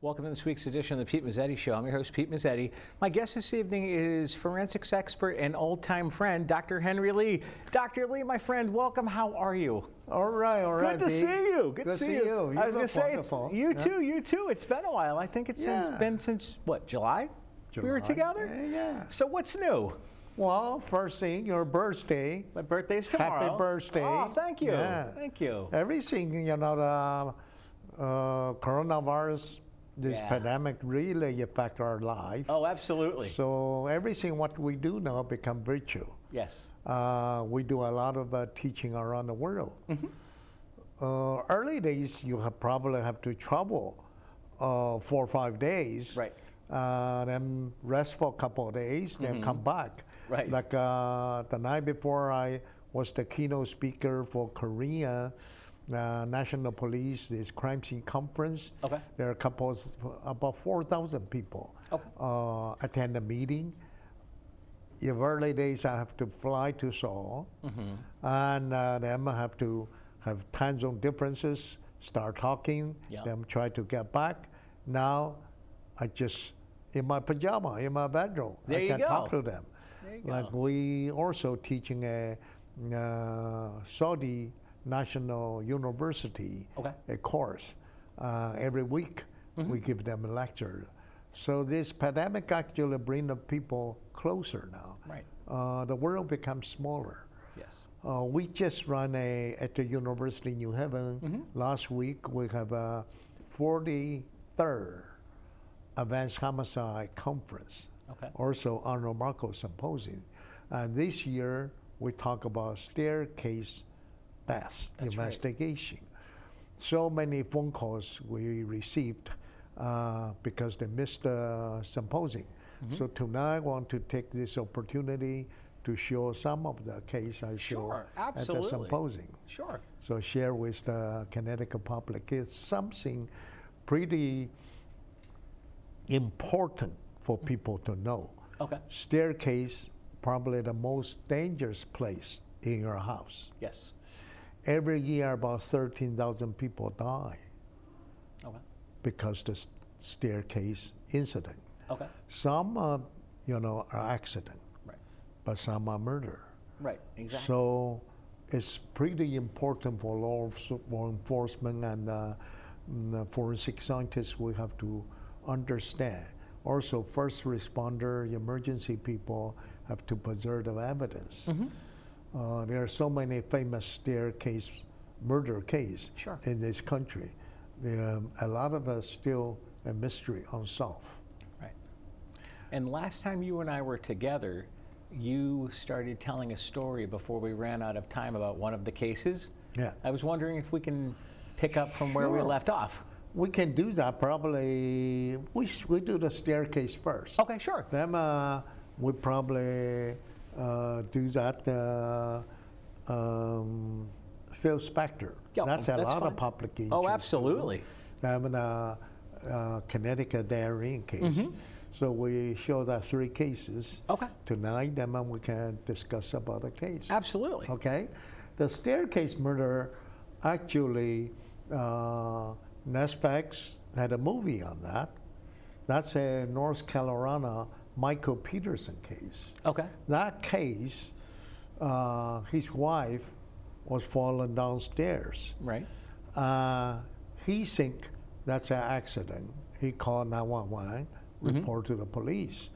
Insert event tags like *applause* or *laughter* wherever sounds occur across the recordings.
Welcome to this week's edition of the Pete Mazzetti Show. I'm your host, Pete Mazzetti. My guest this evening is forensics expert and old time friend, Dr. Henry Lee. Dr. Lee, my friend, welcome. How are you? All right, all right. Good to Pete. see you. Good, to see you. You I was going look to say, it's, wonderful. you Yeah. too, you too. It's been a while. I think it's Yeah. been since, what, July? We were July. together? Yeah, yeah. So what's new? Well, first thing, your birthday. My birthday's tomorrow. birthday. Oh, thank you. Yeah. Thank you. Everything, you know, the uh, coronavirus, this Yeah. pandemic really affect our life. Oh, absolutely. So everything what we do now become virtue. yes. Uh, we do a lot of uh, teaching around the world. Mm-hmm. Uh, early days, you have probably have to travel uh, four or five days, Right. Uh, then rest for a couple of days, then come back. Mm-hmm. Right. Like uh, the night before, I was the keynote speaker for Korea. Uh, National Police, this crime scene conference. Okay. Oh. There are a couple, of- about 4,000 people Okay. uh, attend the meeting in early days, I have to fly to Seoul, Mm-hmm. and uh, then I have to have time zone differences, start talking, Yeah. then try to get back. Now, I just in my pajama in my bedroom. There I you can talk go. to them. There you like go. we also teaching a uh, Saudi National University Okay. a course uh, every week. We give them a lecture. So this pandemic actually bring the people closer now. Right. Uh, the world becomes smaller. Yes. Uh, we just run a at the University New Haven last week. We have a 43rd Advanced Homicide Conference, Okay. also Honor Marco Symposium. And this year we talk about staircase death investigation. So many phone calls we received uh, because they missed the symposium. Mm-hmm. So tonight I want to take this opportunity to show some of the case I show Sure, at the absolutely. symposium. Sure. So share with the Connecticut public. It's something pretty important for Mm. people to know. Okay. Staircase, probably the most dangerous place in your house. Yes. Every year, about 13,000 people die Okay. because the s- staircase incident. Okay. Some, are, you know, are accident, Right. but some are murder. Right. Exactly. So it's pretty important for law enf- law enforcement and uh, mm, uh, forensic scientists. We have to understand. Also, first responder, emergency people have to preserve the evidence. Mm-hmm. Uh, there are so many famous staircase murder case Sure. in this country. Um, a lot of us still a mystery unsolved. Right. And last time you and I were together, you started telling a story before we ran out of time about one of the cases. Yeah. I was wondering if we can pick up from where we Sure. left off. We can do that probably. We, s- we do the staircase first. Okay, sure. Them uh, would probably uh, do that. Uh, um, Phil Spector. Yeah, oh, that's a that's lot fine. of public interest. Oh, absolutely. Them in uh, uh, Connecticut dairy case. So we show that three cases Mm-hmm. Okay. tonight, and then we can discuss about the case. Absolutely. Okay, the staircase murder, actually, uh, Netflix had a movie on that. That's a North Carolina Michael Peterson case. Okay. That case, uh, his wife was fallen downstairs. Right. Uh, he think that's an accident. He called 911, report to the police.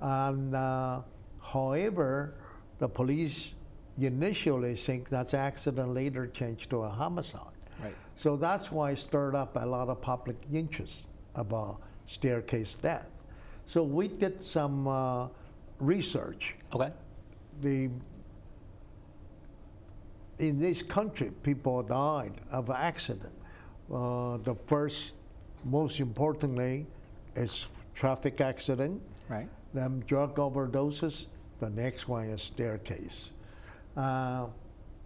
And uh, however, the police initially think that's accident, later changed to a homicide. Right. So that's why it stirred up a lot of public interest about staircase death. So we did some uh, research Okay. the in this country people died of accident. Uh, the first, most importantly, is traffic accident. Right. Then drug overdoses. The next one is staircase. Uh,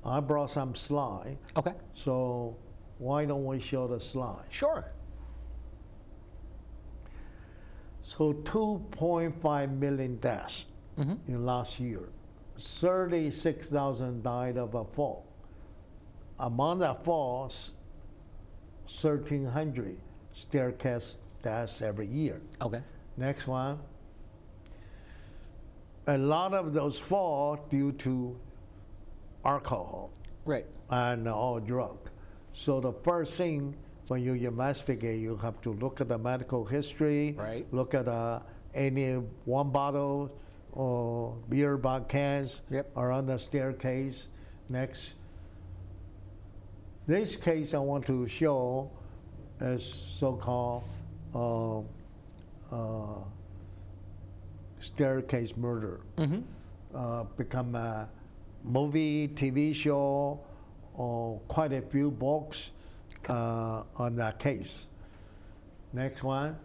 I brought some slide, Okay. so why don't we show the slide? Sure. So 2.5 million deaths Mm-hmm. in last year. 36,000 died of a fall. Among the falls, 1,300 staircase That's every year. Okay. Next one. A lot of those fall due to alcohol Right. and all drug. So the first thing when you investigate, you have to look at the medical history, Right. look at uh, any one bottle or beer bottle cans Yep. are on the staircase. Next, this case I want to show is so-called uh, uh, staircase murder Mm-hmm. uh, become a movie, TV show, or quite a few books uh, on that case. Next one.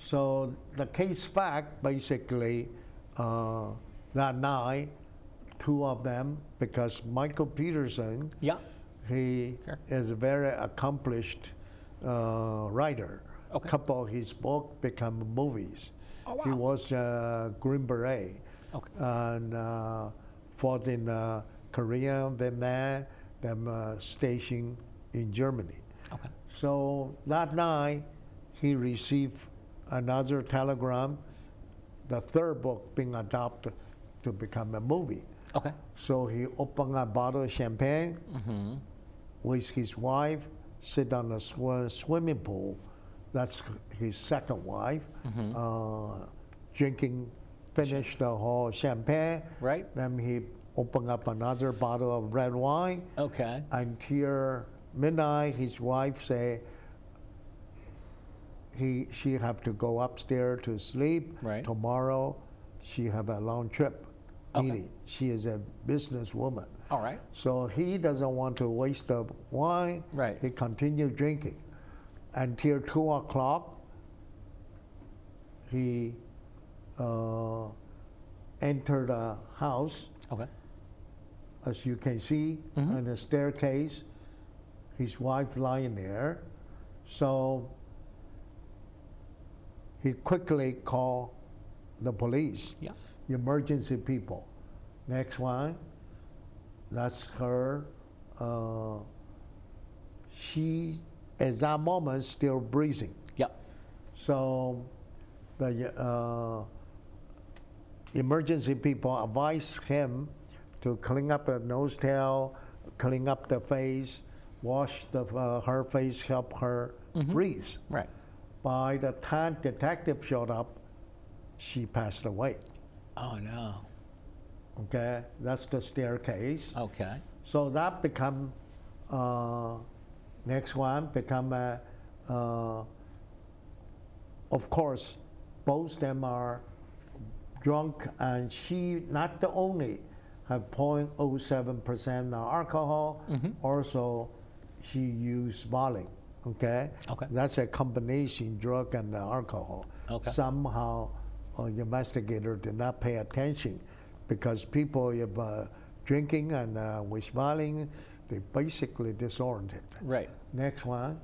So the case fact basically uh, that night, two of them, because Michael Peterson, Yeah. he Sure. is a very accomplished uh, writer. Okay. couple of his book become movies. Oh, He wow. was a Green Beret Okay. and uh, fought in uh, Korea, Vietnam, then uh, stationed in Germany. Okay. So that night, he received another telegram, the third book being adopted to become a movie. Okay. So he opened a bottle of champagne with his wife, sit on a sw- swimming pool. That's his second wife, uh, drinking, finished the whole champagne. Right. Then he opened up another bottle of red wine. Okay. Until midnight, his wife say he she have to go upstairs to sleep. Right. Tomorrow, she have a long trip Okay. meeting. She is a businesswoman, All right. so he doesn't want to waste the wine. Right. He continue drinking until two o'clock. He uh, entered the house Okay. as you can see on the staircase, his wife lying there. So he quickly called the police, Yeah. emergency people. Next one, that's her. Uh, she, at that moment, still breathing. Yeah. So the uh, emergency people advise him to clean up the nose tail, clean up the face, wash the, uh, her face, help her breathe. Right. By the time detective showed up, she passed away. Oh no. Okay, that's the staircase. Okay. So that become uh, next one become a, uh, of course, both them are drunk, and she not the only have 0.07 percent alcohol. Mm-hmm. Also, she used Molly. Okay. Okay. That's a combination drug and alcohol. Okay. Somehow, uh, the investigator did not pay attention because people if, uh, drinking and uh, with violence, they basically disoriented. Right. Next one.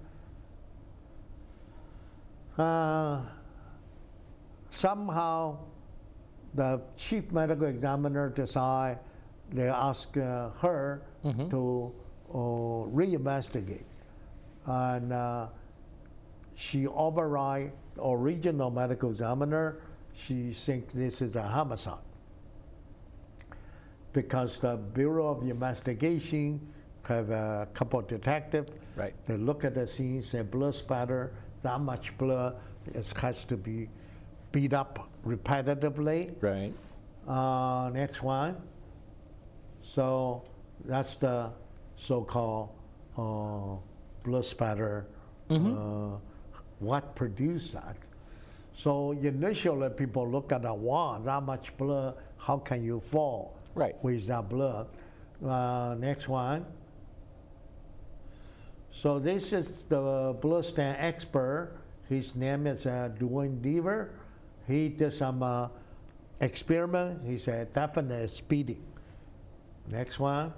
Uh, somehow, the chief medical examiner decide they ask uh, her to uh, reinvestigate, and uh, she override original medical examiner. She thinks this is a homicide because the Bureau of Investigation have a couple of detectives. Right. They look at the scene, say blood spatter, that much blood, it has to be beat up repetitively. Right. Uh, next one. So that's the so-called uh, blood spatter. Uh, what produced that? So initially, people look at the wall. That much blood. How can you fall Right. with that blood? Uh, next one. So this is the blood stain expert. His name is uh, Dwayne Deaver. He did some uh, experiment. He said definitely speeding. Next one.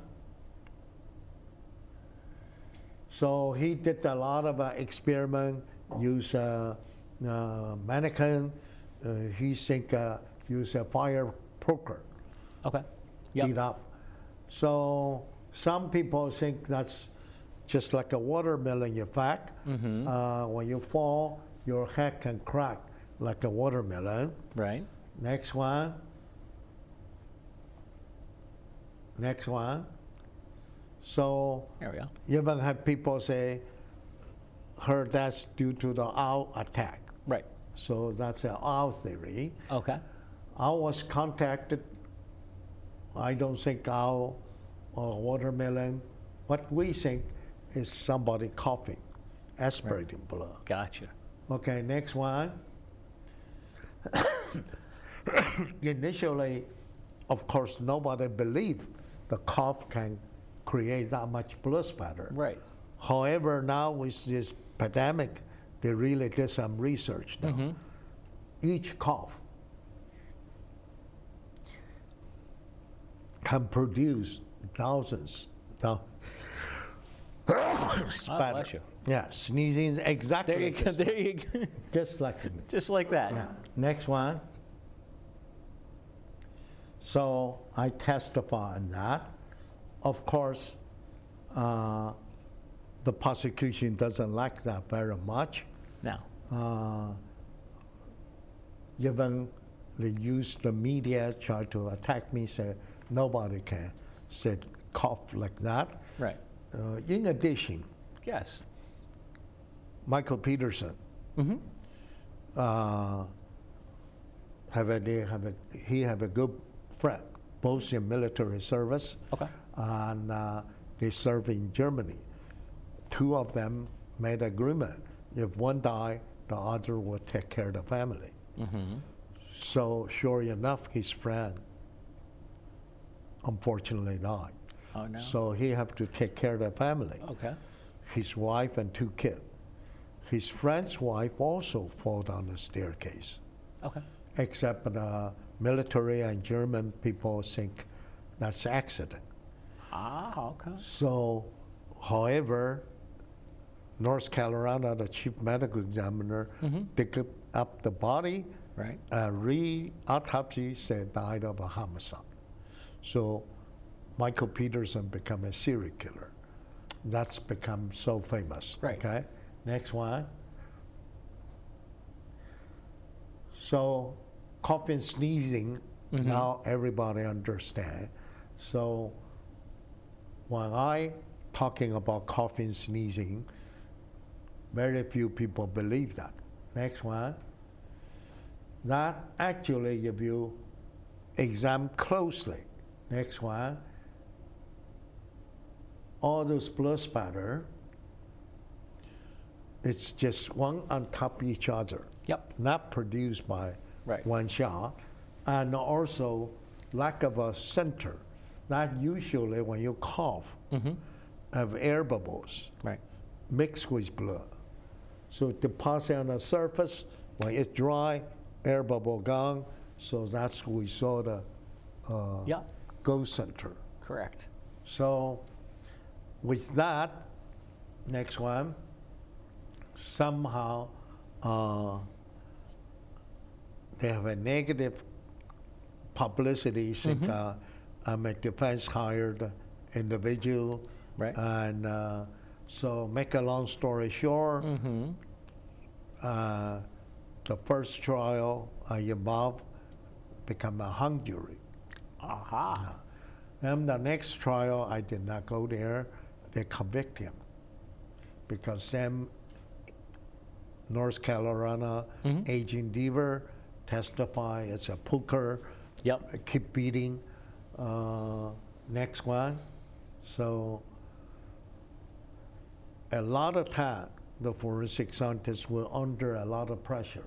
So he did a lot of uh, experiment. Use a uh, uh, mannequin. Uh, he think uh, use a fire poker Okay. Yeah. heat up. So some people think that's just like a watermelon effect. Uh, when you fall, your head can crack like a watermelon. Right. Next one. Next one. So There we go. you even have people say, heard that's due to the owl attack. Right. So that's an owl theory. Okay. I was contacted. I don't think owl or watermelon. What we think is somebody coughing, aspirating blood. Gotcha. Okay, next one. *coughs* Initially, of course, nobody believed the cough can create that much blood spatter. Right. However, now with this pandemic, they really did some research now. Mm-hmm. Each cough can produce thousands. *coughs* Now, God Ah, bless you. Yeah, sneezing exactly There you go. just, There you go. *laughs* just like me. Just like that. Yeah. Next one. So I testify on that. Of course, uh, the prosecution doesn't like that very much. No. Uh, even they use the media try to attack me, say nobody can say cough like that. Right. Uh, in addition, Yes. Michael Peterson. Mm-hmm. Uh, have a they have a he have a good friend, both in military service, Okay. and uh, they serve in Germany. Two of them made agreement: if one die, the other will take care of the family. So sure enough, his friend unfortunately died. Oh no. Oh. So he have to take care of the family okay. his wife and two kids. His friend's wife also fall down the staircase, Okay. except the military and German people think that's accident. Ah. Okay. So, however, North Carolina, the chief medical examiner, picked up the body, Right. uh, re-autopsy said died of a homicide. So, Michael Peterson become a serial killer. That's become so famous. Right. Okay. Next one. So, coughing, sneezing. Now everybody understand. So, when I talking about coughing, sneezing, very few people believe that. Next one. That actually, if you examine closely, next one, all those blood spatter, it's just one on top of each other, Yep. not produced by Right. one shot, and also lack of a center. Not usually when you cough, have air bubbles Right. mixed with blood. So deposit on the surface, when it's dry, air bubble gone. So that's we saw the uh, Yeah. go center. Correct. So with that, next one, somehow uh, they have a negative publicity. Think uh, I'm a defense hired individual. Right. And uh, so make a long story short, Mm. Mm-hmm. uh, the first trial I involved become a hung jury. Aha. And the next trial, I did not go there. They convict him because Sam, North Carolina agent Deaver testify it's a poker. Yep. Keep beating. Uh, next one. So a lot of time, the forensic scientists were under a lot of pressure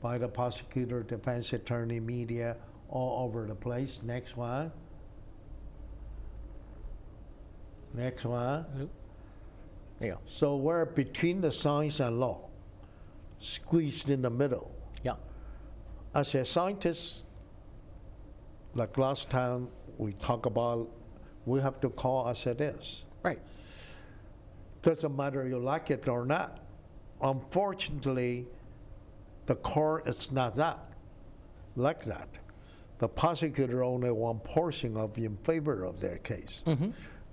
by the prosecutor, defense attorney, media, all over the place. Next one. Next one. There you go. So we're between the science and law, squeezed in the middle. Yeah. As a scientist, like last time we talk about, we have to call as it is. Right. Doesn't matter you like it or not. Unfortunately, the court is not that, like that. The prosecutor only one portion of in favor of their case.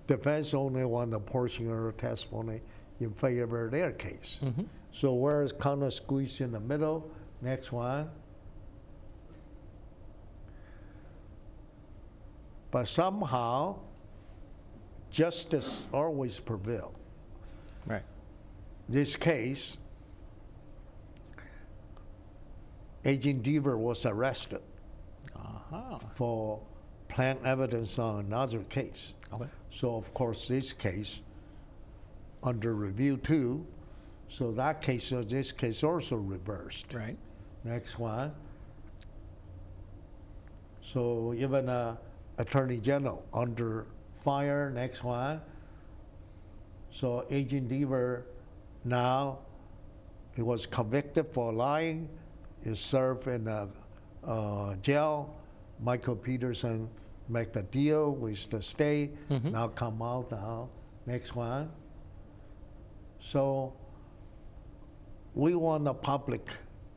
Defense only one the portion of her testimony in favor of their case. So where's counter squeeze in the middle? Next one. But somehow, justice always prevails. Right. This case, Agent Deaver was arrested Aha. for plant evidence on another case. Okay. So of course, this case under review too. So that case, so this case also reversed. Right. Next one. So even uh, Attorney General under fire. Next one. So Agent Deaver now he was convicted for lying. He served in a, uh, jail. Michael Peterson make the deal with the state. Now come out now. Next one. So we want the public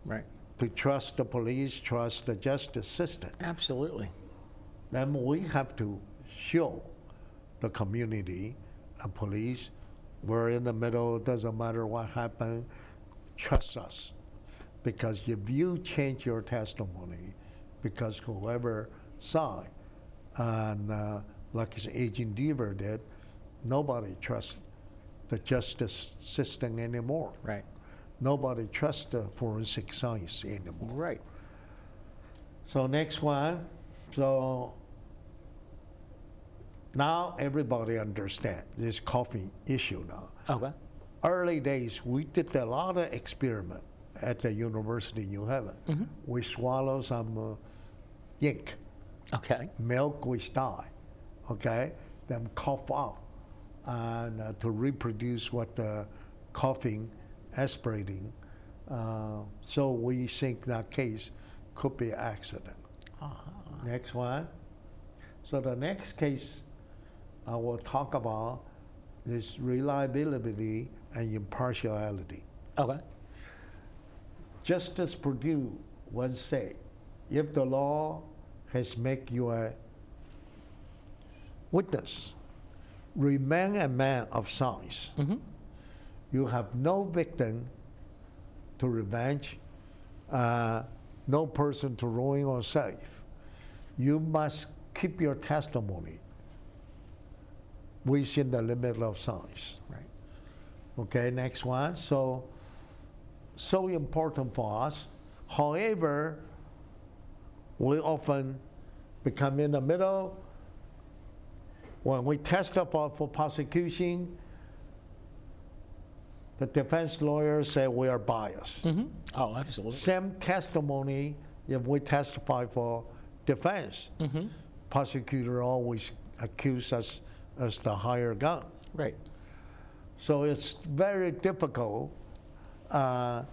Right. to trust the police, trust the justice system. Absolutely. Then we have to show the community, the police, we're in the middle, doesn't matter what happened, trust us. Because if you change your testimony, because whoever saw it, and uh, like his Agent Deaver did, nobody trusts the justice system anymore. Right. Nobody trusts the forensic science anymore. Right. So next one, so now everybody understand this coffee issue now. Okay. Early days, we did a lot of experiment at the University in New Haven. We swallow some uh, ink, Okay. milk we die, okay? Then cough out and uh, to reproduce what the coughing, aspirating. Uh, so we think that case could be accident. Uh-huh. Next one. So the next case I will talk about is reliability and impartiality. Okay. Justice Purdue once said, if the law has made you a witness, remain a man of science. Mm-hmm. You have no victim to revenge, uh, no person to ruin or save. You must keep your testimony within the limit of science. Right. Okay, next one. So, so important for us. However, we often become in the middle when we testify for prosecution. The defense lawyers say we are biased. Oh, absolutely. Same testimony if we testify for defense. Prosecutor always accuse us as the higher gun. Right. So it's very difficult. Uh,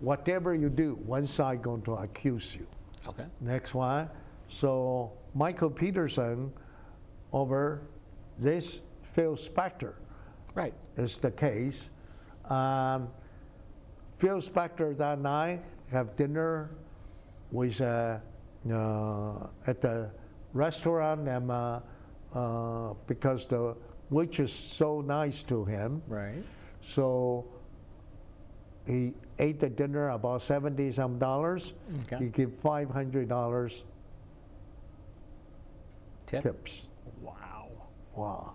whatever you do, one side going to accuse you. Okay. Next one. So Michael Peterson over this Phil Spector Right. is the case. Um, Phil Spector that night have dinner with uh, uh, at the restaurant and uh, uh, because the witch is so nice to him. Right. So he ate the dinner about seventy some dollars. Okay. He gave five hundred dollars Tip. tips. Wow. Wow,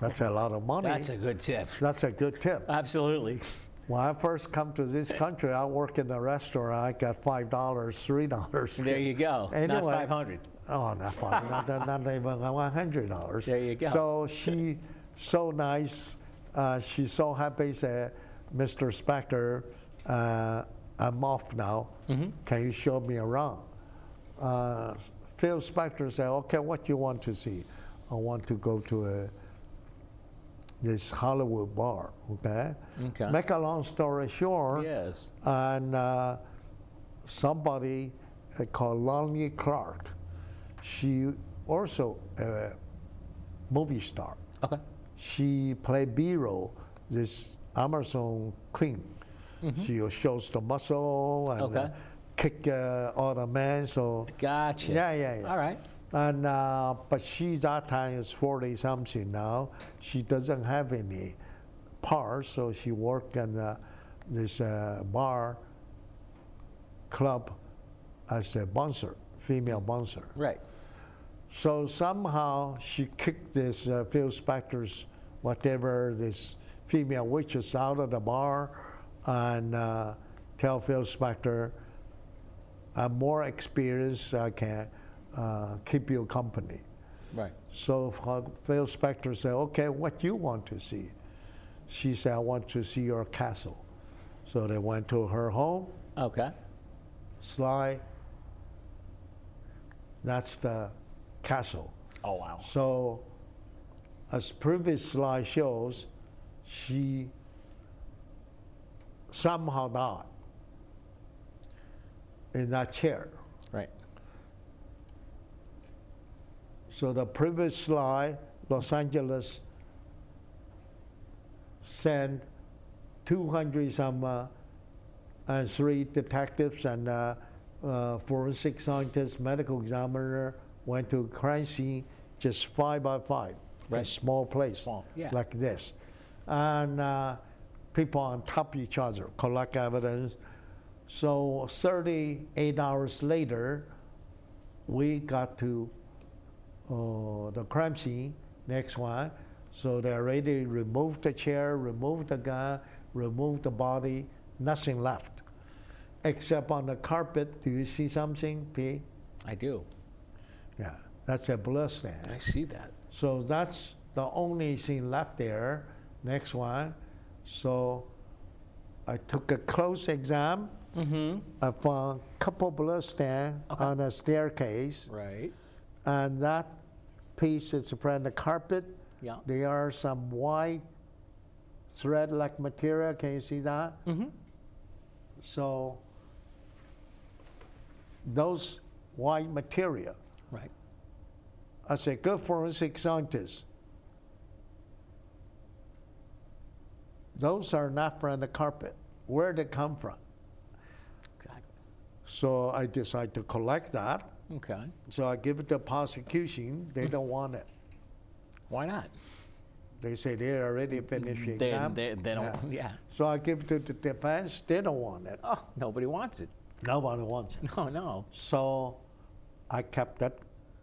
that's a lot of money. That's a good tip. That's a good tip. *laughs* Absolutely. When I first come to this country, I work in a restaurant. I got five dollars, three dollars. There you go. Anyway. Not 500. Oh, not five, not, not, not even one hundred dollars. There you go. So she, so nice. Uh, she's so happy. Said, "Mr. Spector, uh, I'm off now. Mm-hmm. Can you show me around?" Uh, Phil Spector said, "Okay, what you want to see? I want to go to a." This Hollywood bar, okay? Okay. Make a long story short, Yes. and uh, somebody uh, called Lonnie Clark. She also a movie star. Okay. She played B-roll, this Amazon queen. She shows the muscle and uh, Mm-hmm. Okay. kick uh, all the men. So Gotcha. Yeah, yeah, yeah. All right. and uh, but she that time is forty something now. She doesn't have any par, so she worked in uh, this uh, bar club as a bouncer, female bouncer. Right. So somehow she kicked this uh, Phil Spector's whatever this female waitress out of the bar and uh, tell Phil Spector, I'm more experienced, I can uh, keep you company. Right. So Phil Spector said, okay, what you want to see? She said, I want to see your castle. So they went to her home, Okay. Sly, that's the castle. Oh wow. So, as previous slide shows, she somehow died in that chair. Right. So the previous slide, Los Angeles sent 200 some uh, and three detectives and uh, uh, forensic scientists, medical examiner went to crime scene just five by five, a Right. small place Small, yeah. like this, and uh, people on top of each other collect evidence. So 38 hours later, we got to uh, the crime scene, next one. So they already removed the chair, removed the gun, removed the body, nothing left. Except on the carpet, do you see something, P? I do. Yeah, that's a blood stain. I see that. So that's the only thing left there. Next one. So I took a close exam. Mm-hmm. I found a couple blood stains Okay. on a staircase, Right. and that piece is from the carpet. Yeah. There are some white thread-like material. Can you see that? Mm-hmm. So those white material Right. as a good forensic scientist, those are not from the carpet. Where they come from? Exactly. So I decide to collect that. Okay. So I give it to prosecution. They don't want it. Why not? They say they already finished the They, exam. they, they don't. *laughs* Yeah. Yeah. So I give it to the defense. They don't want it. Oh, nobody wants it. Nobody wants it. *laughs* No, no. So I kept that,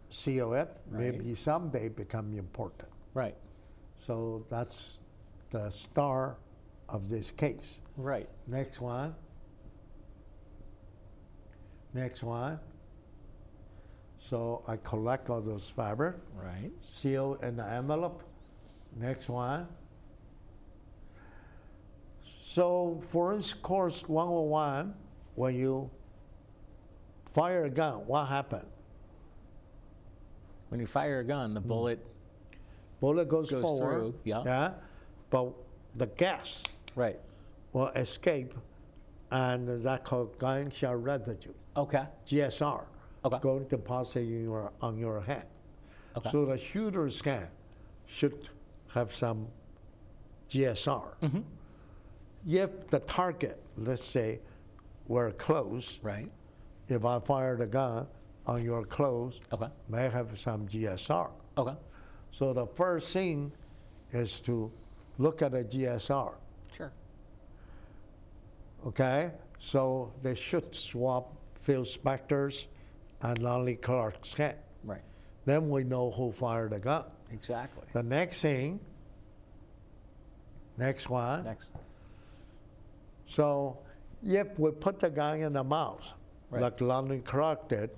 seal it. Right. Maybe someday become important. Right. So that's the star of this case. Right. Next one. Next one. So I collect all those fiber, Right. seal in the envelope. Next one. So forensic course 101, when you fire a gun, what happened? When you fire a gun, the bullet. Bullet goes, Goes forward. through, yeah. yeah. But the gas Right. will escape, and that called gunshot residue. Okay. GSR Okay. going to pass in your, on your hand. Okay. So the shooter's hand should have some GSR. Mm-hmm. If the target, let's say, were close, Right. if I fired a gun on your clothes, Okay. may have some GSR. Okay. So the first thing is to look at the GSR. Sure. Okay, so they should swap Phil Spector's and Lonnie Clark's hand. Right. Then we know who fired the gun. Exactly. The next thing, next one. Next. So if we put the gun in the mouth, Right. Mm-hmm. like Lonnie Clark did,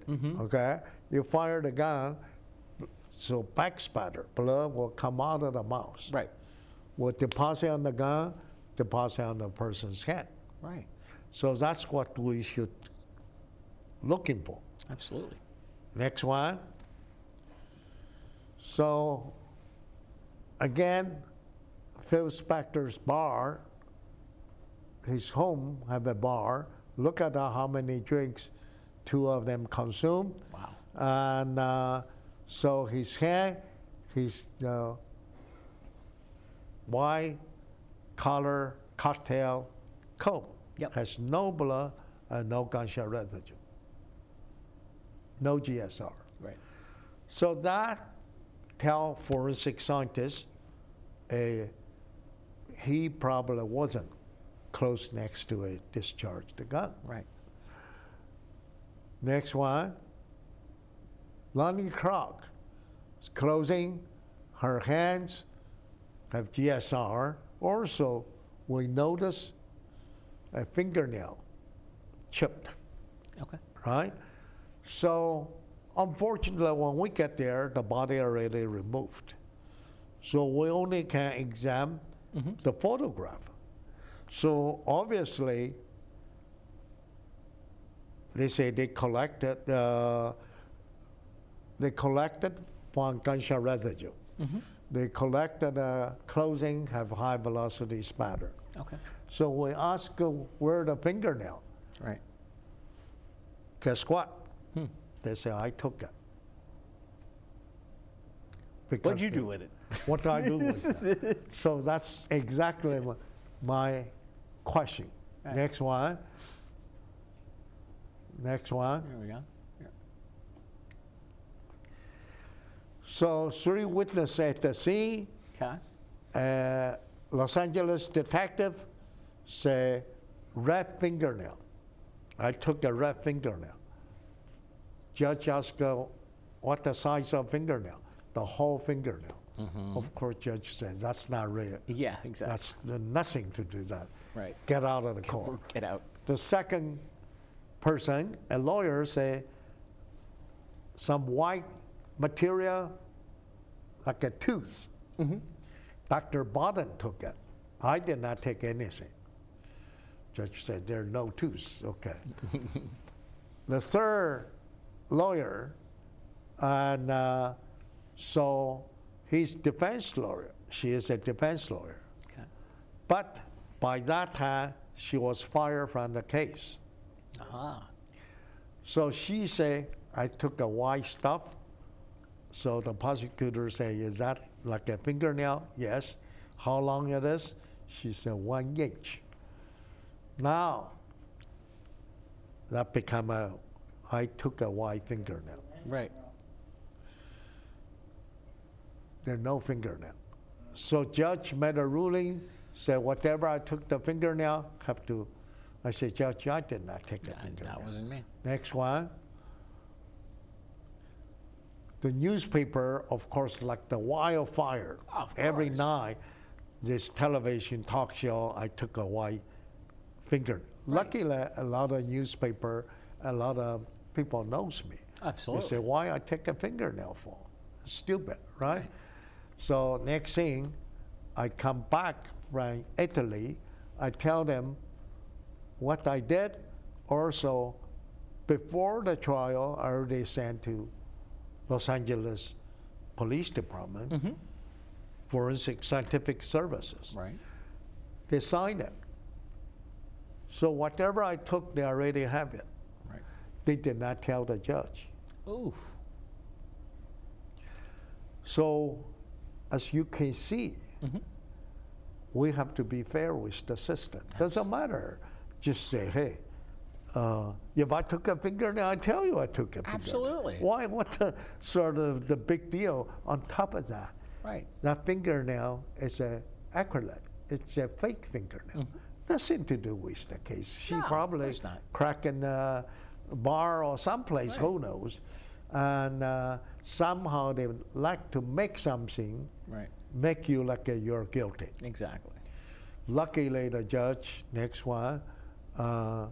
okay, you fire the gun, so backspatter, blood will come out of the mouth. Right. Will deposit on the gun, deposit on the person's head. Right. So that's what we should looking for. Absolutely. Next one. So, again, Phil Spector's bar, his home have a bar. Look at how many drinks two of them consumed. Wow. And uh, so his hair, his uh, white collar cocktail comb Yep. has no blood and no gunshot residue. No GSR. Right. So that tell forensic scientists a uh, he probably wasn't close next to a discharged gun. Right. Next one, Lonnie Kroc is closing her hands have GSR. Also, we notice a fingernail chipped, Okay. right? So unfortunately, when we get there, the body already removed. So we only can examine Mm-hmm. the photograph. So obviously, they say they collected uh, they collected from gunshot residue. Mm-hmm. They collected uh, clothing have high velocity spatter. Okay. So we ask uh, where the fingernail. Right. Guess what? Hmm. They say I took it. What'd Because you they- do with it? What do I do with *laughs* it? So that's exactly my- my question. Right. Next one. Next one. There we go. Yeah. So three witnesses at the scene. Okay. uh, Los Angeles detective say red fingernail. I took a red fingernail. Judge asked uh, what the size of fingernail, the whole fingernail. Of course, judge says that's not real. Mm-hmm. Yeah, exactly. That's uh, nothing to do that. Right. Get out of the court. Get out. The second person, a lawyer, say some white material, like a tooth. Dr. Bodden took it. I did not take anything. Judge said there are no tooths. Okay. the third lawyer, and uh, so he's defense lawyer. She is a defense lawyer. Okay. But by that time, she was fired from the case. Ah. So she said, I took a white stuff. So the prosecutor said, Is that like a fingernail? Yes. How long it is? She said, One inch. Now, that become a, I took a white fingernail. Right. There are no fingernail. So judge made a ruling, said whatever I took the fingernail, have to. I said, Judge, I did not take a That, fingernail. that wasn't me. Next one. The newspaper, of course, like the wildfire. Of Every course. night, this television talk show, I took a white finger. Luckily, a lot of newspaper, a lot of people knows me. Absolutely. They say, why I take a fingernail for? Stupid, right? Right. So next thing, I come back from Italy. I tell them what I did. Also, before the trial, I already sent to Los Angeles Police Department, Forensic Scientific Services. Right. They signed it. So whatever I took, they already have it. Right. They did not tell the judge. Oof. So, as you can see, we have to be fair with the system. Doesn't matter. Just say, hey, uh, if I took a fingernail, I tell you I took a fingernail. Absolutely. Why? What the sort of the big deal? On top of that, Right. that fingernail is a acrylic. It's a fake fingernail. Nothing to do with the case. She No, of probably course not. cracking a bar or someplace, who knows? And uh, somehow they would like to make something, Right. make you like uh, you're guilty. Exactly. Luckily, the judge, next one, uh,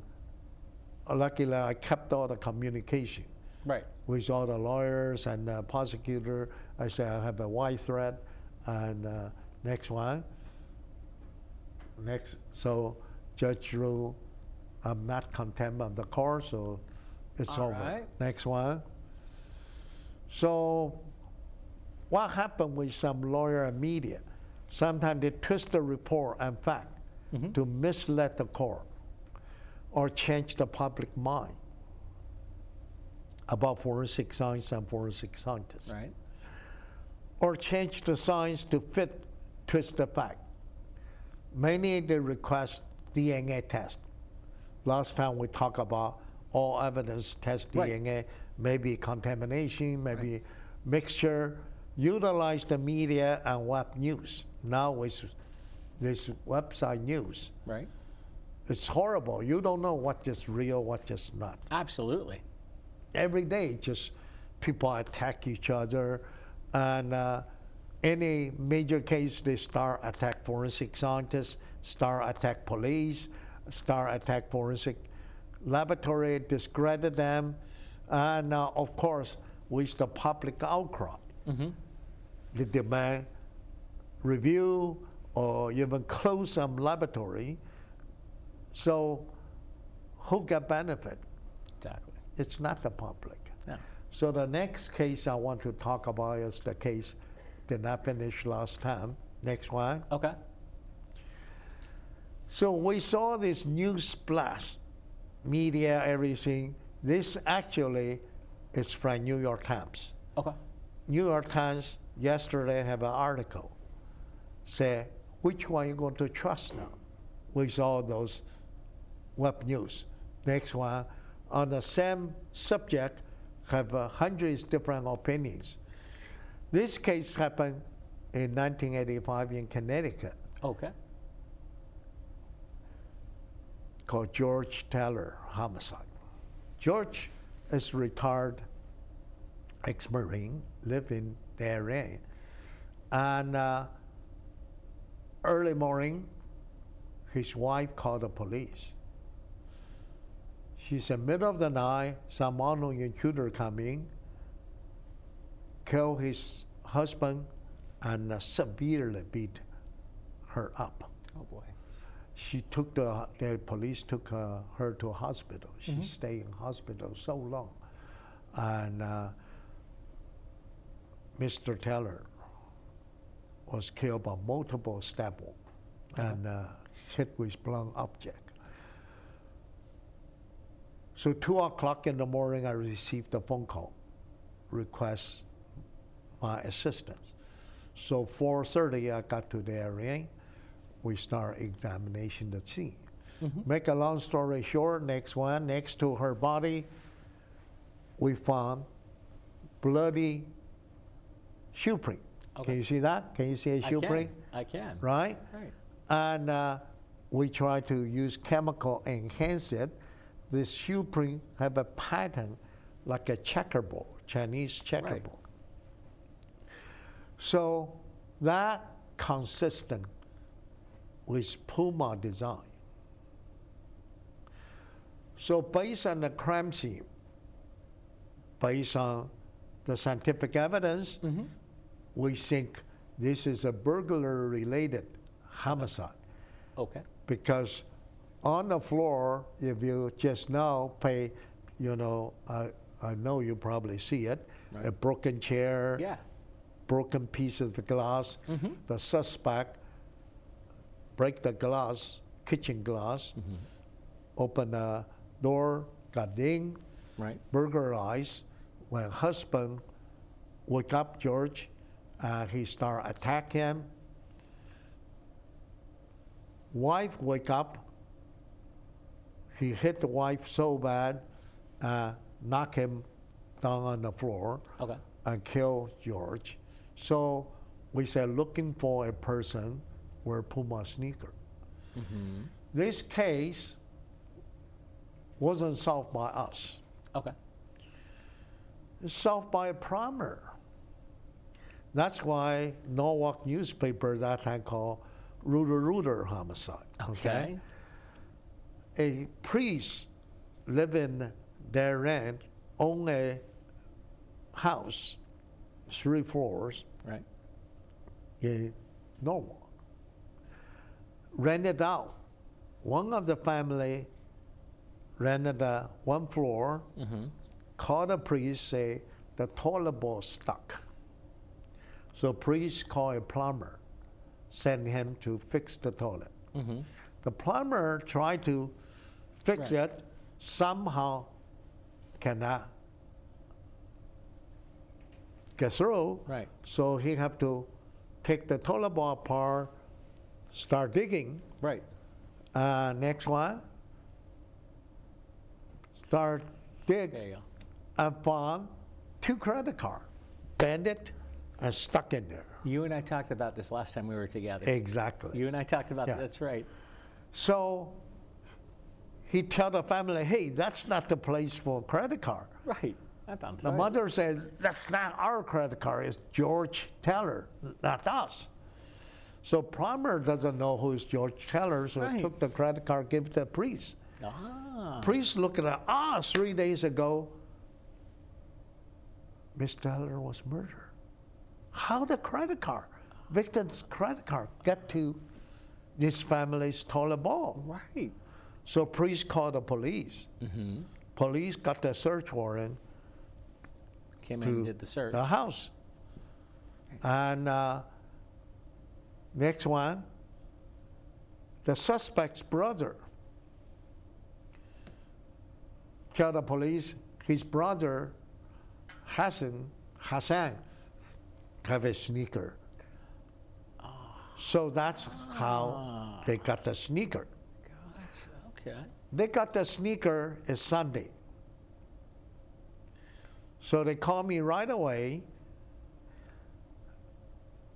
luckily I kept all the communication Right. with all the lawyers and uh, prosecutor. I say I have a white threat, and uh, next one. Next, so judge rule, I'm not contempt of the court, so it's All over. right. Next one. So, what happened with some lawyer and media? Sometimes they twist the report and fact to mislead the court or change the public mind about forensic science and forensic scientists, Right. or change the science to fit twist the fact. Many they request DNA test. Last time we talked about all evidence test Right. DNA, maybe contamination, maybe mixture. Utilize the media and web news. Now it's this website news. Right. It's horrible. You don't know what is real, what is not. Absolutely. Every day, just people attack each other, and uh, any major case, they start attack forensic scientists, start attack police, start attack forensic laboratory, discredit them, and uh, of course, with the public outcry, Mm-hmm. they demand review or even close some laboratory. So, who get benefit? Exactly. It's not the public. No. So the next case I want to talk about is the case did not finish last time. Next one. Okay. So we saw this news splash, media, everything. This actually is from New York Times. Okay. New York Times yesterday have an article say which one you going to trust now with all those web news. Next one on the same subject have uh, hundreds different opinions. This case happened in 1985 in Connecticut Okay. called George Taylor homicide. George is retired ex-marine, lived in the area, and uh, early morning, his wife called the police. She said, middle of the night, some unknown intruder come in, kill his husband, and uh, severely beat her up Oh boy. she took the, the police took uh, her to hospital. She stayed in hospital so long, and uh, Mr. Teller was killed by multiple stab wound and uh, hit with blunt object. So two o'clock in the morning, I received a phone call, request my assistance. So 4:30, I got to the area. We start examination the scene. Mm-hmm. Make a long story short, next one, next to her body, we found bloody shoe print. Can Okay. you see that? Can you see a I shoe can. print? I can. Right? Right. And uh, we try to use chemical enhance it. This shoe print have a pattern like a checkerboard, Chinese checkerboard. So that consistent with Puma design. So based on the crime scene, based on the scientific evidence, Mm-hmm. we think this is a burglar-related homicide Okay. because on the floor, if you just now pay, you know, I, I know you probably see it, a broken chair, Yeah. broken pieces of glass. The suspect break the glass, kitchen glass, open the door, got in, Right. burglarized. When husband wake up George, uh, he start attack him. Wife wake up. He hit the wife so bad, uh, knock him down on the floor Okay. and kill George. So we said looking for a person wear Puma sneaker. This case wasn't solved by us. Okay. It's solved by a plumber. That's why Norwalk newspaper that time called Rooter Rooter homicide. Okay. A priest living their rent own a house, three floors, Right. in Norwalk. Rented out. One of the family rented a one floor, called a priest, say the toilet bowl stuck. So priest called a plumber, sent him to fix the toilet. The plumber tried to fix Right. it, somehow cannot get through. Right. So he have to take the toilet bowl apart, start digging. Right. Uh, next one, start dig There you go. and found two credit card, Bandit and stuck in there. You and I talked about this last time we were together. Exactly. You and I talked about Yeah. that. That's right. So he tell the family, hey, that's not the place for a credit card. Right. I found The mother said, that's not our credit card, it's George Teller, not us. So Plummer doesn't know who's George Teller, so Right. took the credit card, gave it to the priest. Ah. Priest looking at us three days ago, Miss Teller was murdered. How the credit card, victim's credit card, get to this family's toilet bowl? Right. So priest called the police. Mm-hmm. Police got the search warrant Came in to and did the search. the house. And uh, next one, the suspect's brother. Tell the police his brother, Hassan, Hassan, have a sneaker. Ah. So that's how they got the sneaker. Gotcha. Ah. Okay. They got the sneaker is Sunday. So they called me right away.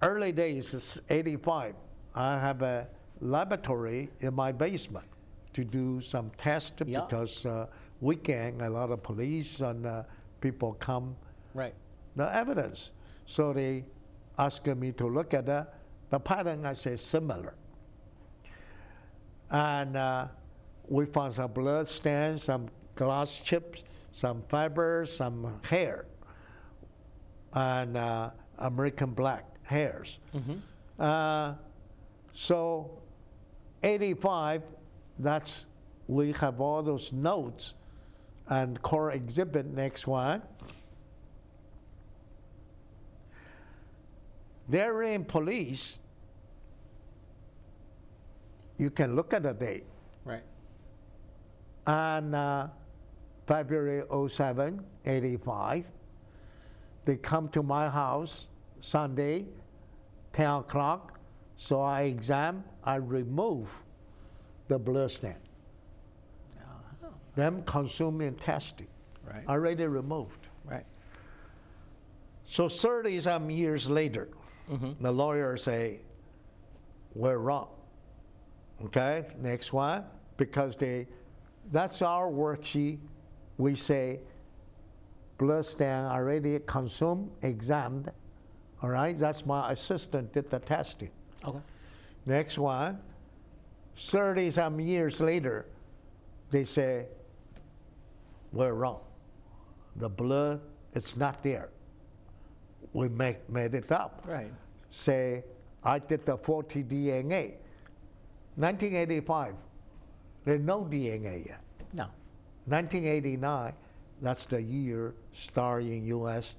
Early days is 85. I have a laboratory in my basement to do some tests Yeah. because uh, weekend a lot of police and uh, people come Right. the evidence. So they asked me to look at the, the pattern. I say similar. And uh, we found some blood stains, some glass chips, some fibers, some hair, and uh, American black hairs. Mm-hmm. Uh, so 85, that's we have all those notes and core exhibit next one. They're in police. You can look at the date. Right. On uh, February 07, 85, they come to my house Sunday, 10 o'clock. So I exam, I remove the blood stain. Them consuming testing, Right. already removed. Right. So 30 some years later, Mm-hmm. the lawyer say, we're wrong. Okay, next one, because they, that's our worksheet. We say blood stain already consumed, examined. All right, that's my assistant did the testing. Okay. Next one, 30 some years later, they say, we're wrong. The blood, it's not there. We make, made it up. Right. Say, I did the 40 DNA. 1985, there's no DNA yet. No. 1989, that's the year Star in U.S.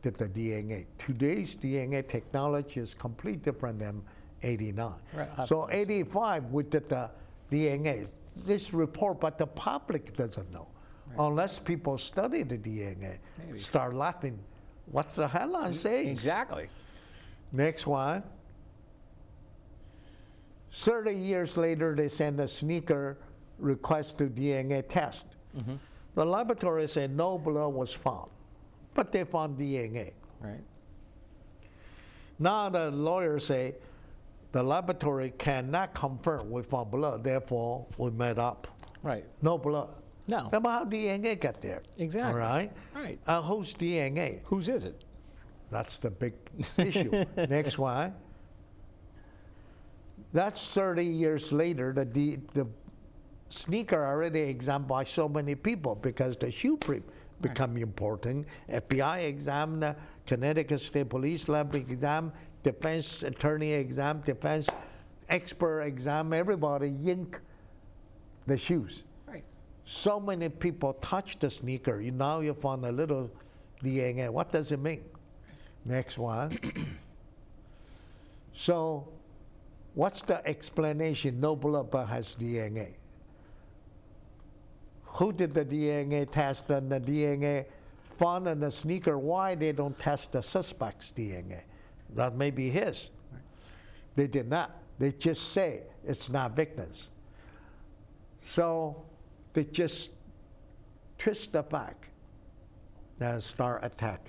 did the DNA. Today's DNA technology is completely different than 89. Right, I- So 85, we did the DNA. This report, but the public doesn't know. Unless people study the DNA, Maybe. E- start laughing. What's the hell I say? Exactly. Next one. 30 years later, they send a sneaker request to DNA test. The laboratory said no blood was found, but they found DNA. Right. Now the lawyers say the laboratory cannot confirm we found blood, therefore we made up. Right. No blood. No. Then how DNA got there? Oh. Exactly. All right. Right. And who's DNA? Whose is it? That's the big issue. Next one. That's 30 years later. The, the, the sneaker already examined by so many people because the shoe print become important. FBI exam, the Connecticut State Police Lab exam, defense attorney exam, defense expert exam. Everybody yank the shoes Right. so many people touch the sneaker. You, now you found a little DNA. What does it mean? Next one. so, what's the explanation? No blood but has DNA. Who did the DNA test and the DNA found in the sneaker? Why they don't test the suspect's DNA? That may be his. They did not. They just say it's not victims. So they just Mm-hmm. twist the back and start attack.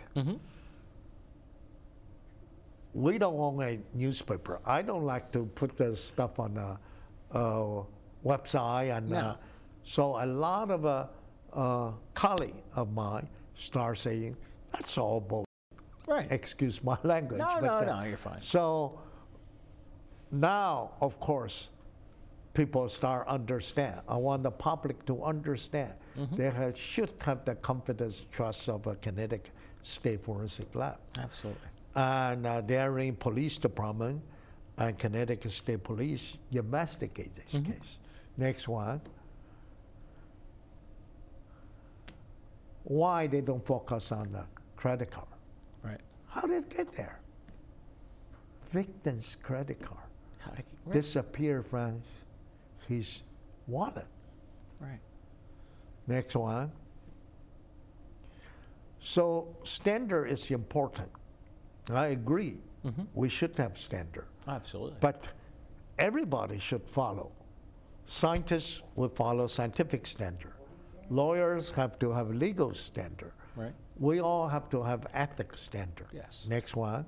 we don't own a newspaper. I don't like to put the stuff on a, uh website and No. uh, so a lot of uh, uh, colleague of mine start saying that's all bull. Right. Excuse my *laughs* language. No, no, but, no, you're fine. So now, of course, people start understand. I want the public to understand. Mm-hmm. They have, should have the confidence, trust of a Connecticut State Forensic Lab Absolutely. and uh, they're in police department and Connecticut State Police investigate this Mm-hmm. case. Next one. Why they don't focus on the credit card? Right. How did it get there? Victim's credit card How to, right. disappeared from his wallet. right. Next one. So standard is important. I agree. We should have standard, Absolutely. but everybody should follow. Scientists will follow scientific standard. Lawyers have to have legal standard. right. We all have to have ethics standard. Yes. Next one.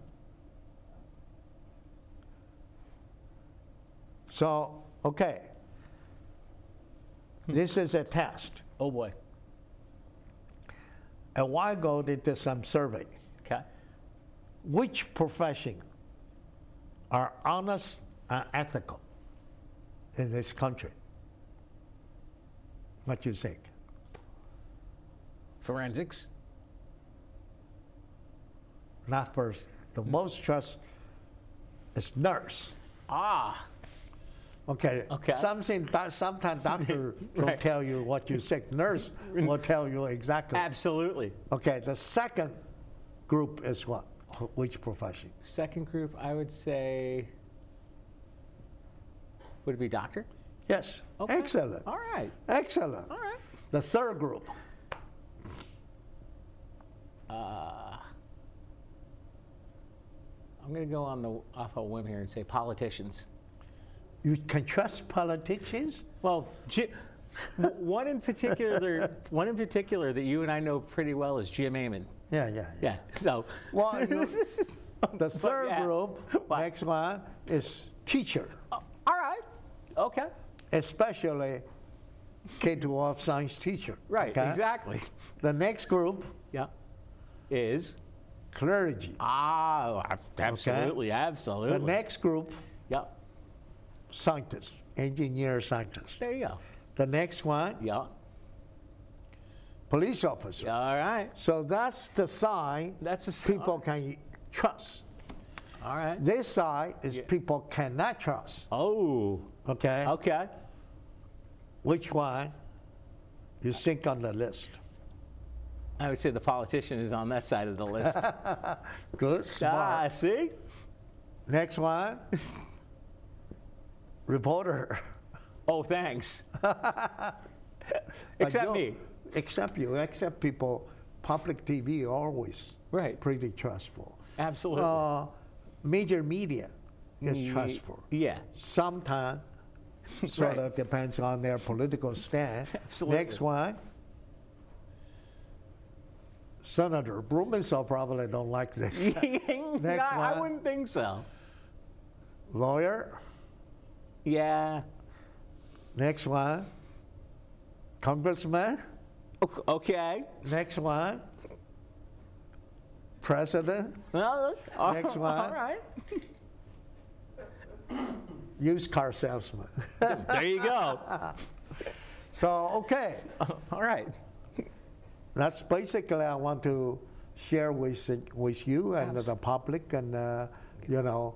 So okay. This is a test. Oh boy. A while ago, they did some um, survey. Okay. Which profession are honest and ethical in this country? What do you think? Forensics. Not first. The most trust is nurse. Ah. Okay. Okay. Something that sometimes doctor *laughs* Right. will tell you what you sick. Nurse will tell you exactly. Absolutely. Okay. The second group is what? Wh- Which profession? Second group, I would say. Would it be doctor? Yes. Okay. Excellent. All right. Excellent. All right. The third group. I'm going to go on the off a whim here and say politicians. You can trust politicians? Well, Ji- w- one in particular, one in particular that you and I know pretty well is Jim Amon. Yeah, yeah. Yeah. So. Well, you- *laughs* This is- The but third yeah. *laughs* group, Wow. next one, is teacher, Oh, all right. Okay. especially K 12 science teacher. Right. okay? Exactly. *laughs* The next group, Yeah. Is. clergy. Ah, ab- absolutely, absolutely. The next group, Yep. scientists, engineer scientists. There you go. The next one, Yep. police officer. All right. So that's the side That's a s- people can trust. All right. This side is Yeah. people cannot trust. Oh. Okay? Okay. Which one you think on the list? I would say the politician is on that side of the *laughs* list. Good. ah, Smart. see? Next one. Reporter. Oh, *laughs* thanks. *laughs* Except But me. you- Except you. Except people. Public TV always Right. pretty trustful. Absolutely. Uh, major media is trustful. Yeah. Sometimes *laughs* sort Right. of depends on their political stand. *laughs* Absolutely. Next one. Senator Blumenthal probably don't *laughs* like this. *laughs* No, I one. wouldn't think so. Lawyer. Yeah. Next one. Congressman. O- Okay. Next one. President, Well, all- *laughs* Next All one. right. used car salesman. *laughs* There you go. so, okay, *laughs* all right. that's basically I want to share with, with you and the Abs- public. And, uh, you know,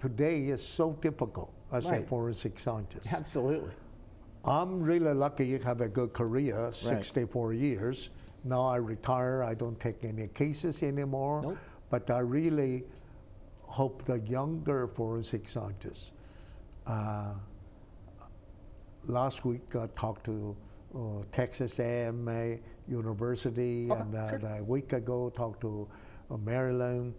today is so difficult as a Right. forensic scientist. Absolutely. I'm really lucky you have a good career, 64 years. Now I retire, I don't take any cases anymore. Nope. But I really hope the younger forensic scientists. Uh, last week I talked to uh, Texas AMA University, Okay, and uh, sure. a week ago talked to uh, Maryland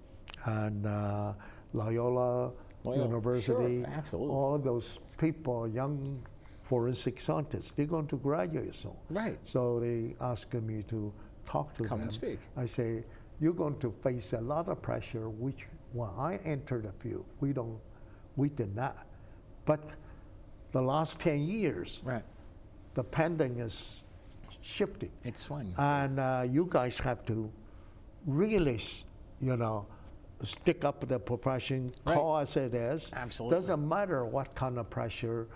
and uh, Loyola, Loyola, University. sure, absolutely. All those people, young forensic scientists, they're going to graduate soon. Right. So they asked me to talk to Come them. and speak. I say, you're going to face a lot of pressure, which when I entered the field. We don't, we did not. But the last 10 years, Right. the pending is shifting. It's fun. And uh, you guys have to really, s- you know, stick up the profession, Right. call us it is. Absolutely. Doesn't matter what kind of pressure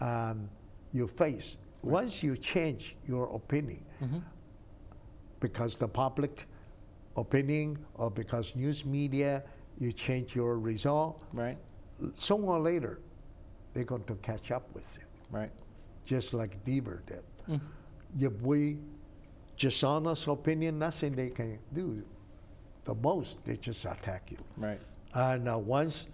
um, you face. Once you change your opinion, Mm-hmm. because the public opinion or because news media, you change your result, right. sooner or later, they're going to catch up with you Right. just like Deaver did. If we just honest opinion, nothing they can do. The most they just attack you. Right. And uh, once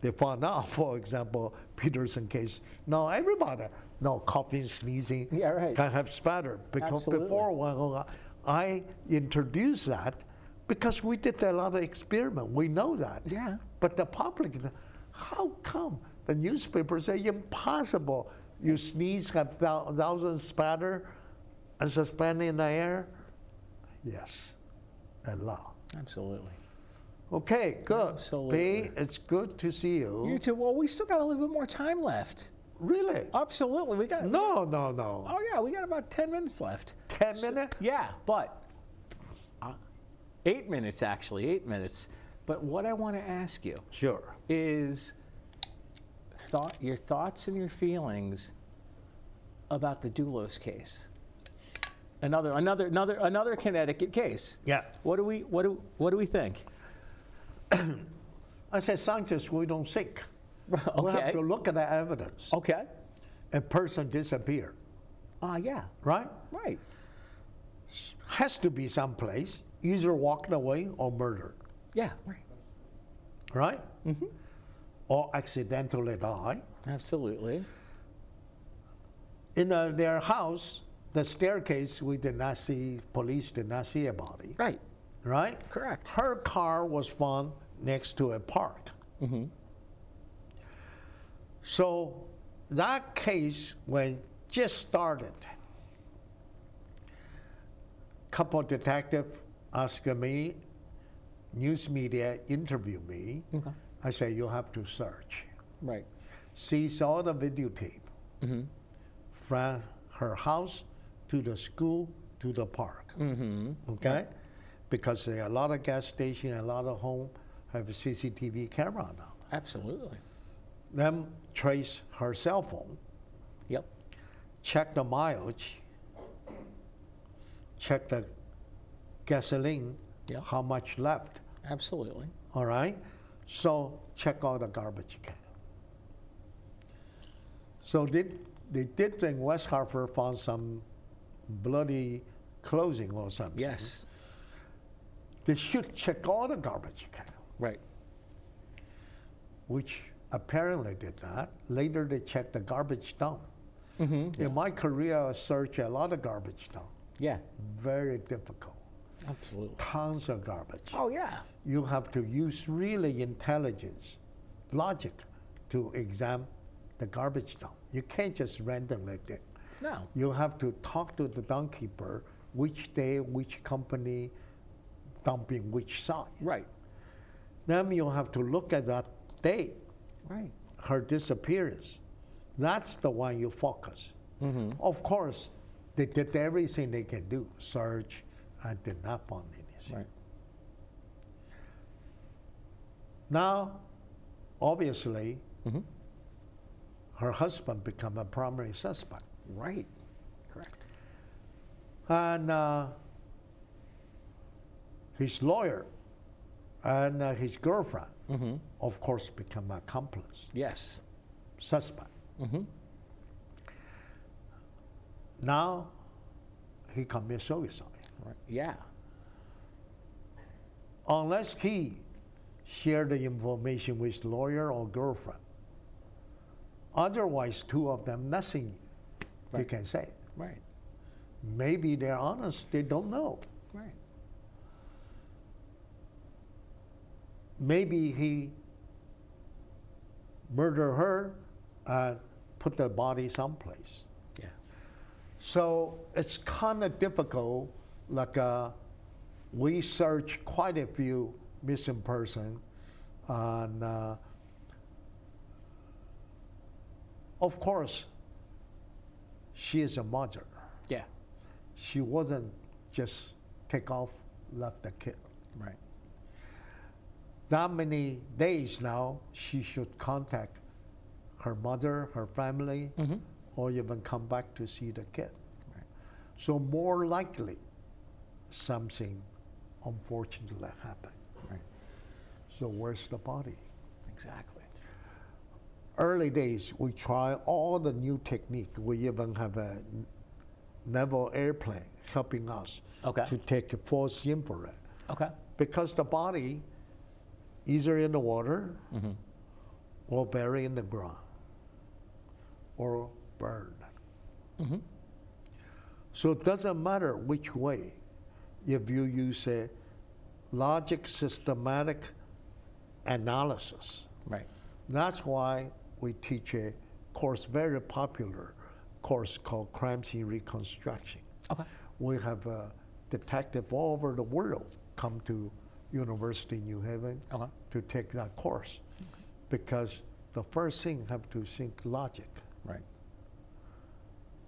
they found out, *laughs* for example, Peterson case, now everybody, no coughing, sneezing, Yeah, right. can have spatter. Because Absolutely. before when I introduced that, because we did a lot of experiment, we know that. Yeah. But the public, how come the newspapers say impossible? You sneeze, have thou- thousand spatter, and suspend in the air? Yes, a lot. Absolutely. Okay, good. Absolutely. B, it's good to see you. You too. Well, we still got a little bit more time left. really? Absolutely. We got. No, no, no. Oh yeah, we got about ten minutes left. 10 minutes? Yeah, but uh, eight minutes actually, eight minutes. But what I want to ask you Sure. is thought your thoughts and your feelings about the Doulos case. Another another another another Connecticut case. Yeah. What do we what do what do we *laughs* think? I said, scientists, we don't think. We have okay. to look at the evidence. Okay. A person disappeared, Ah, yeah. right? Right. Has to be someplace, either walked away or murdered, Yeah. Right. right? Or accidentally died. Absolutely. In uh, their house, the staircase, we did not see, police did not see a body, Right. right? Correct. Her car was found next to a park. So that case, when just started, couple detective asked me, news media interview me. I say you have to search. Right. Sees all the videotape from her house to the school to the park. Mm-hmm. Okay, because there are a lot of gas stations, a lot of home have a CCTV camera now. Absolutely. Then trace her cell phone, Yep. check the mileage, check the gasoline, Yeah. how much left. Absolutely. All right, so check out the garbage can. So did they did think West Hartford found some bloody clothing or something? Yes. They should check all the garbage can, Right. which apparently did not. Later they checked the garbage dump. Mm-hmm. In my career, I searched a lot of garbage dump. Yeah. Very difficult. Absolutely. Tons of garbage. Oh yeah. you have to use really intelligence, logic to examine the garbage dump. You can't just randomly dig. No. You have to talk to the dump keeper which day, which company dumping which side. Right. Then you have to look at that day, Right. her disappearance. That's the one you focus. Mm-hmm. Of course, they did everything they can do, search, and did not find anything. Right. Now, obviously, her husband become a primary suspect, Right. Correct. and uh, his lawyer and uh, his girlfriend, of course, become accomplice Mm-hmm. Yes. Mm-hmm. suspect. Now, he commits suicide Right. Yeah. unless he shared the information with lawyer or girlfriend. Otherwise, two of them, nothing they Right. can say. Right. Maybe they're honest, they don't know. Right. Maybe he murdered her and put the body someplace. Yeah. So it's kind of difficult. Like uh, we searched quite a few missing person, And uh, of course, she is a mother. Yeah. She wasn't just take off, left the kid. Right. That many days now, she should contact her mother, her family, or even come back to see the kid. Right. So more likely, something unfortunately happened. Right. So where's the body? Exactly. Early days, we try all the new technique. We even have a naval airplane helping us Okay. to take a false infrared Okay. because the body either in the water or buried in the ground or burned. So it doesn't matter which way. If you use a logic systematic analysis, Right. that's why we teach a course, very popular course called Crime Scene Reconstruction. Okay. We have a detective all over the world come to University New Haven Okay. to take that course because the first thing have to think logic. Right.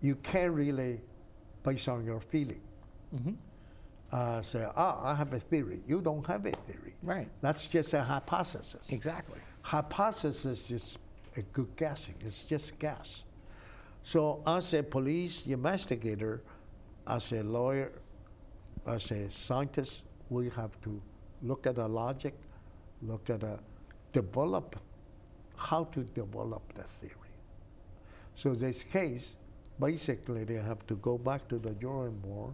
You can't really based on your feeling. Mm-hmm. Uh, say, ah, I have a theory. You don't have a theory. Right. That's just a hypothesis. Exactly. Hypothesis is a good guessing. It's just guess. So as a police investigator, as a lawyer, as a scientist, we have to look at the logic, look at the develop how to develop the theory. So this case, basically they have to go back to the drawing board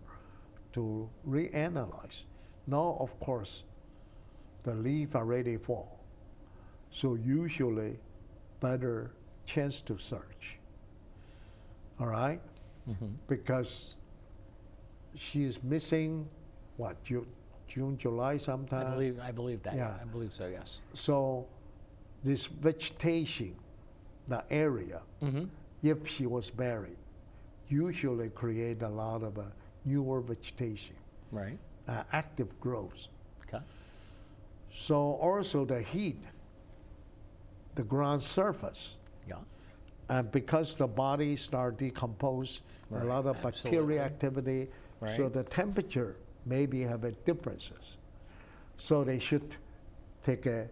to reanalyze. Now of course the leaf already fall. So usually better chance to search. All right? Mm-hmm. Because she is missing what June, June July I sometime. believe. I believe that. Uh, yeah. I believe so. Yes. So this vegetation, the area, Mm-hmm. if she was buried, usually create a lot of uh, newer vegetation, Right. uh, active growth. Okay. So also the heat, the ground surface, Yeah. and because the body start decompose, a Right, lot of absolutely. bacteria activity, so Right. the temperature maybe have a differences. So they should take a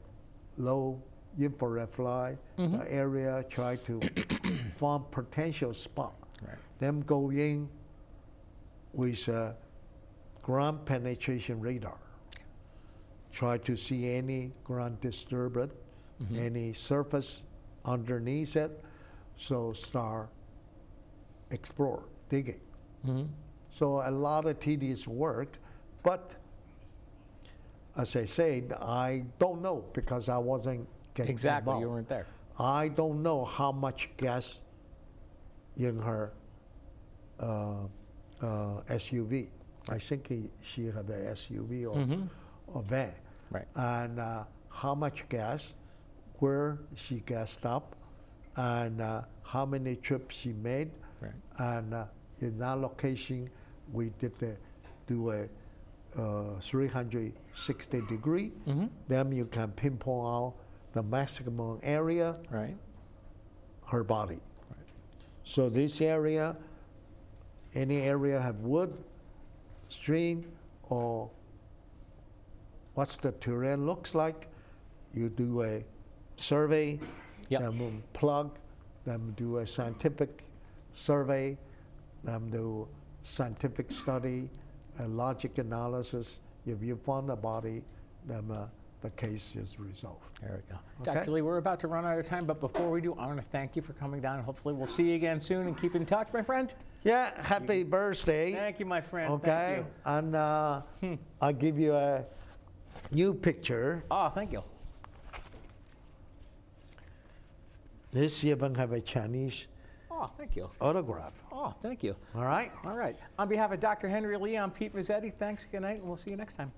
low infrared fly Mm-hmm. the area, try to *coughs* find potential spot. Right. Then go in with a ground penetration radar. Try to see any ground disturbance, Mm-hmm. any surface underneath it. So start explore, digging. Mm-hmm. So a lot of tedious work, but as I said, I don't know because I wasn't getting Exactly. involved. You weren't there. I don't know how much gas in her uh, uh, SUV. I think he, she had a SUV or or van. Right. And uh, how much gas, where she gassed up, and uh, how many trips she made. Right. And uh, in that location, we did a, do a uh, 360 degree. Then you can pinpoint out the maximum area Right. her body. So this area, any area have wood, stream, or what's the terrain looks like, you do a survey, Yep. then we'll plug, then do a scientific survey, then do scientific study, a logic analysis. If you find a body, then uh, the case is resolved. There we go. Okay. Dr. Lee, we're about to run out of time, but before we do, I want to thank you for coming down. Hopefully, we'll see you again soon and keep in touch, my friend. Yeah, happy birthday. Thank you, my friend. Thank Okay, you. and uh, I'll give you a new picture. Oh, thank you. This even have a Chinese Oh, thank you. autograph. Oh, thank you. All right. All right. On behalf of Dr. Henry Lee, I'm Pete Mazzetti. Thanks, good night, and we'll see you next time.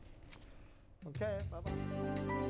Okay. Bye bye.